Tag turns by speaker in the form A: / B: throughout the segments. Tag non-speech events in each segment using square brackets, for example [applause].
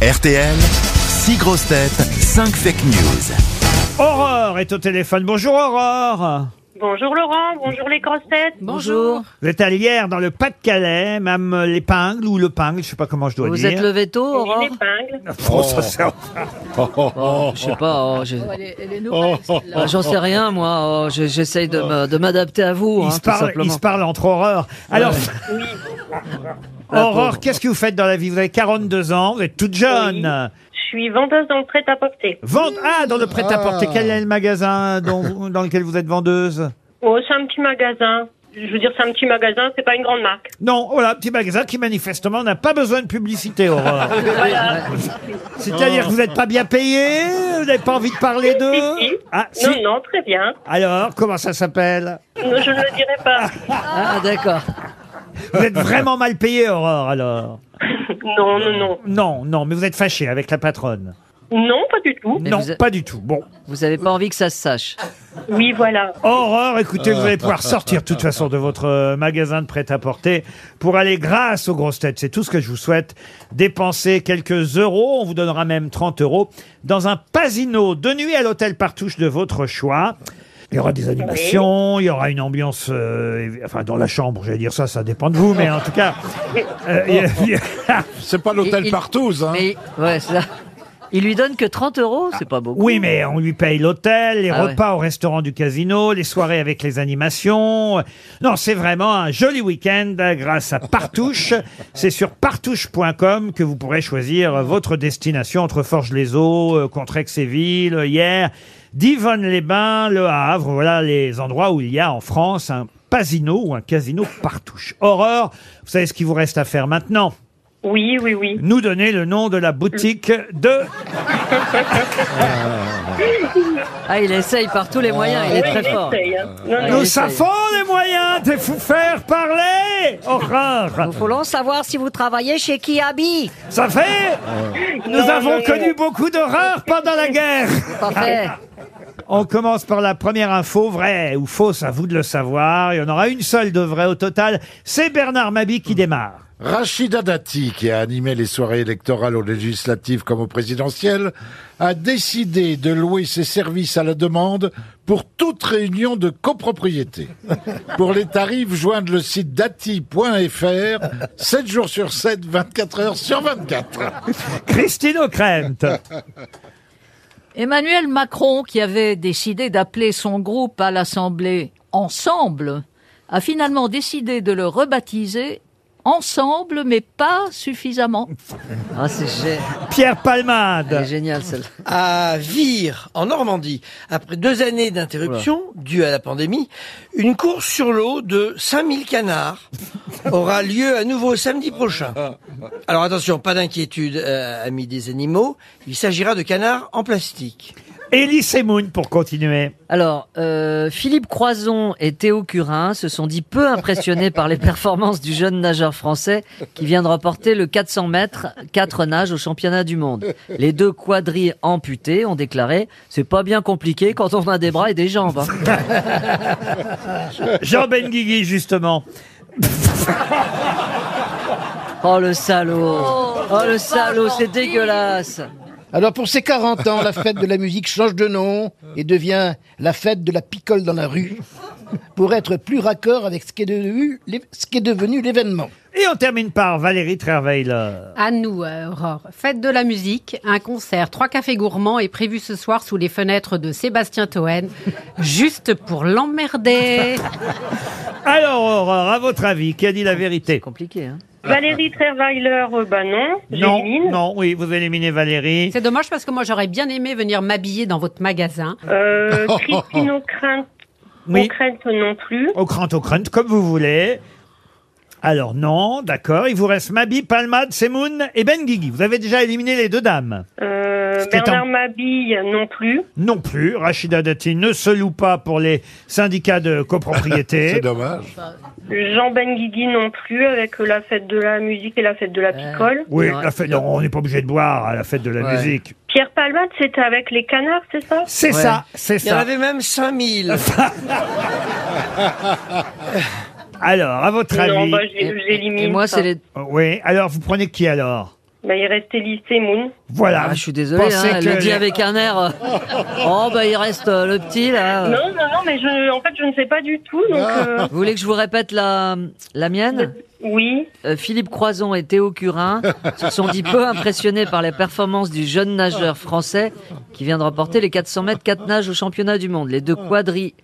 A: RTL, 6 grosses têtes, 5 fake news.
B: Aurore est au téléphone. Bonjour Aurore.
C: Bonjour Laurent, bonjour les grosses têtes.
D: Bonjour.
B: Vous êtes allé hier dans le Pas-de-Calais, même euh, l'épingle ou le pingle, je sais pas comment je dois
D: Vous
B: dire.
D: êtes levé tôt, Aurore
C: Une épingle.
B: Oh, ça, ça-
D: Oh, Je sais pas, oh, je- Ah, j'en sais rien, moi. oh, je- J'essaye de me- de m'adapter à vous,
B: Ils
D: hein,
B: se
D: tout
B: parlent ils
D: simplement.
B: se parlent entre Aurore. Alors, [laughs]
D: La
B: Aurore,
D: pauvre.
B: qu'est-ce que vous faites dans la vie Vous avez 42 ans, vous êtes toute jeune.
C: Je suis vendeuse dans le prêt-à-porter.
B: Vente ah dans le prêt-à-porter. Quel est le magasin dont- dans lequel vous êtes vendeuse
C: Oh, c'est un petit magasin. Je veux dire, c'est un petit magasin, c'est pas une grande marque.
B: Non, voilà, petit magasin qui manifestement n'a pas besoin de publicité,
C: [laughs]
B: Aurore. C'est-à-dire que vous n'êtes pas bien payé, vous n'avez pas envie de parler
C: [laughs] Si, si.
B: d'eux. Ah, si.
C: Non, non, très bien.
B: Alors, comment ça s'appelle
C: Non, je ne le dirai
B: [laughs]
C: pas.
D: Ah, d'accord.
B: Vous êtes vraiment mal payé, Aurore, alors.
C: Non, non, non.
B: Non, non, mais vous êtes fâché avec la patronne.
C: Non, pas du tout.
D: Mais
B: non,
D: vous êtes-
B: pas du tout. Bon,
D: Vous avez pas envie que ça se sache.
C: Oui, voilà.
B: Aurore, écoutez, vous allez pouvoir sortir de toute façon de votre euh, magasin de prêt-à-porter pour aller grâce aux grosses têtes. C'est tout ce que je vous souhaite. Dépenser quelques euros, on vous donnera même 30 euros, dans un pasino de nuit à l'hôtel Partouche de votre choix. Il y aura des animations, il y aura une ambiance, euh, évi- enfin dans la chambre, j'allais dire ça, ça dépend de vous, mais en tout cas, euh, il y a- il y a-
E: C'est pas
D: Il-
E: l'hôtel
D: il-
E: Partouze, hein.
D: Mais, ouais, c'est ça. Il lui donne que 30 euros, c'est pas beaucoup.
B: Oui, mais on lui paye l'hôtel, les
D: Ah ouais.
B: repas au restaurant du casino, les soirées avec les animations. Non, c'est vraiment un joli week-end grâce à
D: [laughs]
B: Partouche. c'est sur partouche.com que vous pourrez choisir votre destination entre Forges-les-Eaux, euh, Contrex-et-Ville, hier, Divonne-les-Bains, Le Havre. Voilà les endroits où il y a en France un pasino ou un casino Partouche. Horreur, vous savez ce qu'il vous reste à faire maintenant
C: Oui, oui, oui.
B: Nous donner le nom de la boutique de
D: Ah, il essaye par tous les moyens, il est
C: Oui,
D: très fort.
C: j'essaye, hein. Non, non.
B: Nous
D: Allez,
B: savons les moyens de vous faire parler Oh, Horreur
D: Voulons savoir si vous travaillez chez Kiabi.
B: Ça fait Nous
C: Non,
B: avons
C: non,
B: connu beaucoup d'horreurs pendant la guerre
D: Parfait.
B: On commence par la première info, vraie ou fausse, à vous de le savoir. Il y en aura une seule de vraie au total. C'est Bernard Mabi qui démarre.
E: Rachida Dati, qui a animé les soirées électorales aux législatives comme aux présidentielles, a décidé de louer ses services à la demande pour toute réunion de
D: [laughs]
E: copropriété. Pour les tarifs, joindre le site dati.fr, 7 jours sur 7, 24 heures sur 24.
B: Christine O'Krent.
F: Emmanuel Macron, qui avait décidé d'appeler son groupe à l'Assemblée Ensemble, a finalement décidé de le rebaptiser Ensemble, mais pas suffisamment.
D: Ah, c'est gé-
B: Pierre
D: elle est
B: Palmade.
D: génial, celle-là.
G: à Vire, en Normandie, après deux années d'interruption due à la pandémie, une course sur l'eau de 5000 canards aura lieu à nouveau samedi prochain. Alors attention, pas d'inquiétude, euh, amis des animaux, il s'agira de canards en plastique.
B: Elie Semoun pour continuer.
D: Alors, euh, Philippe Croison et Théo Curin se sont dit peu impressionnés par les performances du jeune nageur français qui vient de remporter le 400 mètres, 4 nages au championnat du monde. Les deux quadrilles amputés ont déclaré « C'est pas bien compliqué quand on a des bras et des jambes. hein.
B: Jean Benguigui, justement.
D: Oh le salaud Oh le salaud, c'est dégueulasse
H: Alors pour ses 40 ans, la fête de la musique change de nom et devient la fête de la picole dans la rue pour être plus raccord avec ce qui est devenu, ce qui est devenu l'événement.
B: Et on termine par Valérie Trierweiler.
I: À nous, euh, Aurore. Fête de la musique, un concert, trois cafés gourmands est prévu ce soir sous les fenêtres de Sébastien Toen, juste pour l'emmerder.
B: Alors, Aurore, à votre avis, qui a dit la vérité
D: Compliqué, hein
C: Valérie Trierweiler, euh, bah non.
B: Non,
C: J'élimine.
B: non, oui, vous éliminez Valérie.
I: C'est dommage parce que moi j'aurais bien aimé venir m'habiller dans votre magasin.
B: [laughs]
C: Euh, Christine O'Crainte,
B: Oui.
C: O'Crainte non plus.
B: Au crant, au crant, comme vous voulez. Alors non, d'accord. Il vous reste Mabi, Palmade, Semoun et Ben Guigui. Vous avez déjà éliminé les deux dames.
C: Euh,
B: C'était
C: Bernard
B: en-
C: Mabille non plus.
B: Non plus. Rachida Dati ne se loue pas pour les syndicats de
E: [laughs] C'est
B: copropriété.
E: dommage.
C: Jean Benguigui non plus avec la fête de la musique et la fête de la picole.
B: oui,
D: Non,
B: la fête- non, on n'est pas obligé de boire à la fête de la
D: Ouais.
B: musique.
C: Pierre Palmade, c'était avec les canards, c'est ça
B: C'est
D: Ouais.
B: ça, c'est
G: Il y en
B: ça.
G: avait même 5000.
B: Alors, à votre
C: Non,
B: avis.
C: bah, j'ai-
D: et,
C: j'élimine.
D: et moi,
C: ça.
D: c'est les...
B: Oui, alors vous prenez qui alors
C: Bah, il restait lycée Moon.
B: Voilà.
D: Ah, je suis désolé,
B: Pensez
D: hein, elle
B: que
D: le dit
B: les-
D: avec
B: [laughs]
D: un air. euh, oh, bah il reste euh, le petit là.
C: Non, non, non, mais je, en fait, je ne sais pas du tout. Donc, euh,
D: Vous voulez que je vous répète la, la mienne
C: oui.
D: Euh, Philippe Croison et Théo Curin se sont dit peu impressionnés par les performances du jeune nageur français qui vient de remporter les 400 mètres 4 nages au championnat du monde. Les deux quadris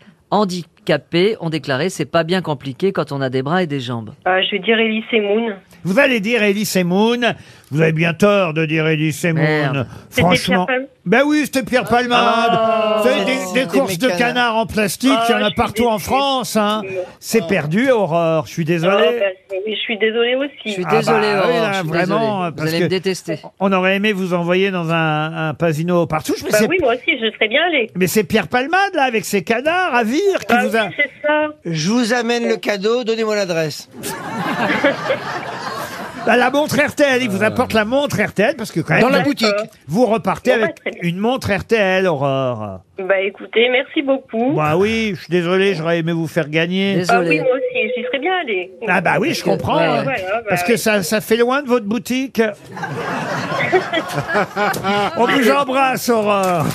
D: handicapés ont déclaré c'est pas bien compliqué quand on a des bras et des jambes.
C: Euh, je vais dire lycée Moon.
B: Vous allez dire Elise et Moon. Vous avez bien tort de dire Elise et Moon.
D: Merde.
C: C'était
B: Franchement.
C: Pierre Oh. Palm-
B: Ben oui, c'était Pierre Palmade. Vous savez, des- des,
G: c'était
B: courses de
G: mes canards.
B: canards en plastique, il y en a
C: Ah, je suis
B: partout en
C: déçue.
B: France. hein. C'est perdu, Aurore. Je suis
C: Ah,
B: désolé.
C: bah, oui, je suis désolée
D: Je
C: aussi.
D: suis
B: Ah bah,
D: désolé, Aurore,
B: oui, là,
D: je suis
B: vraiment,
D: désolé.
B: parce
D: Vous allez
B: que- Ah
D: me détester.
B: On aurait aimé vous envoyer dans un, un pasino partout. Mais
C: Bah
B: c'est
C: oui, moi aussi, je serais bien allée.
B: mais c'est Pierre Palmade, là, avec ses canards à vire, qui
C: Ah
B: vous a...
C: oui, c'est ça.
G: Je vous amène le cadeau, donnez-moi l'adresse.
B: Bah, la montre RTL, il vous apporte la montre RTL, parce que quand même...
H: Dans la
B: vous-
H: boutique.
B: Vous repartez
C: Bon, bah,
B: avec
C: très bien.
B: une montre RTL, Aurore.
C: Bah écoutez, merci beaucoup.
B: Bah oui, je suis désolé, j'aurais aimé vous faire gagner.
C: ah oui,
D: Désolé.
C: moi aussi, j'y serais bien allée.
B: Ah bah oui, je
D: Parce que-
B: comprends.
D: ouais,
B: hein.
C: ouais. Voilà, bah
B: Parce que
C: oui.
B: ça, ça fait loin de votre boutique. On vous embrasse, Aurore.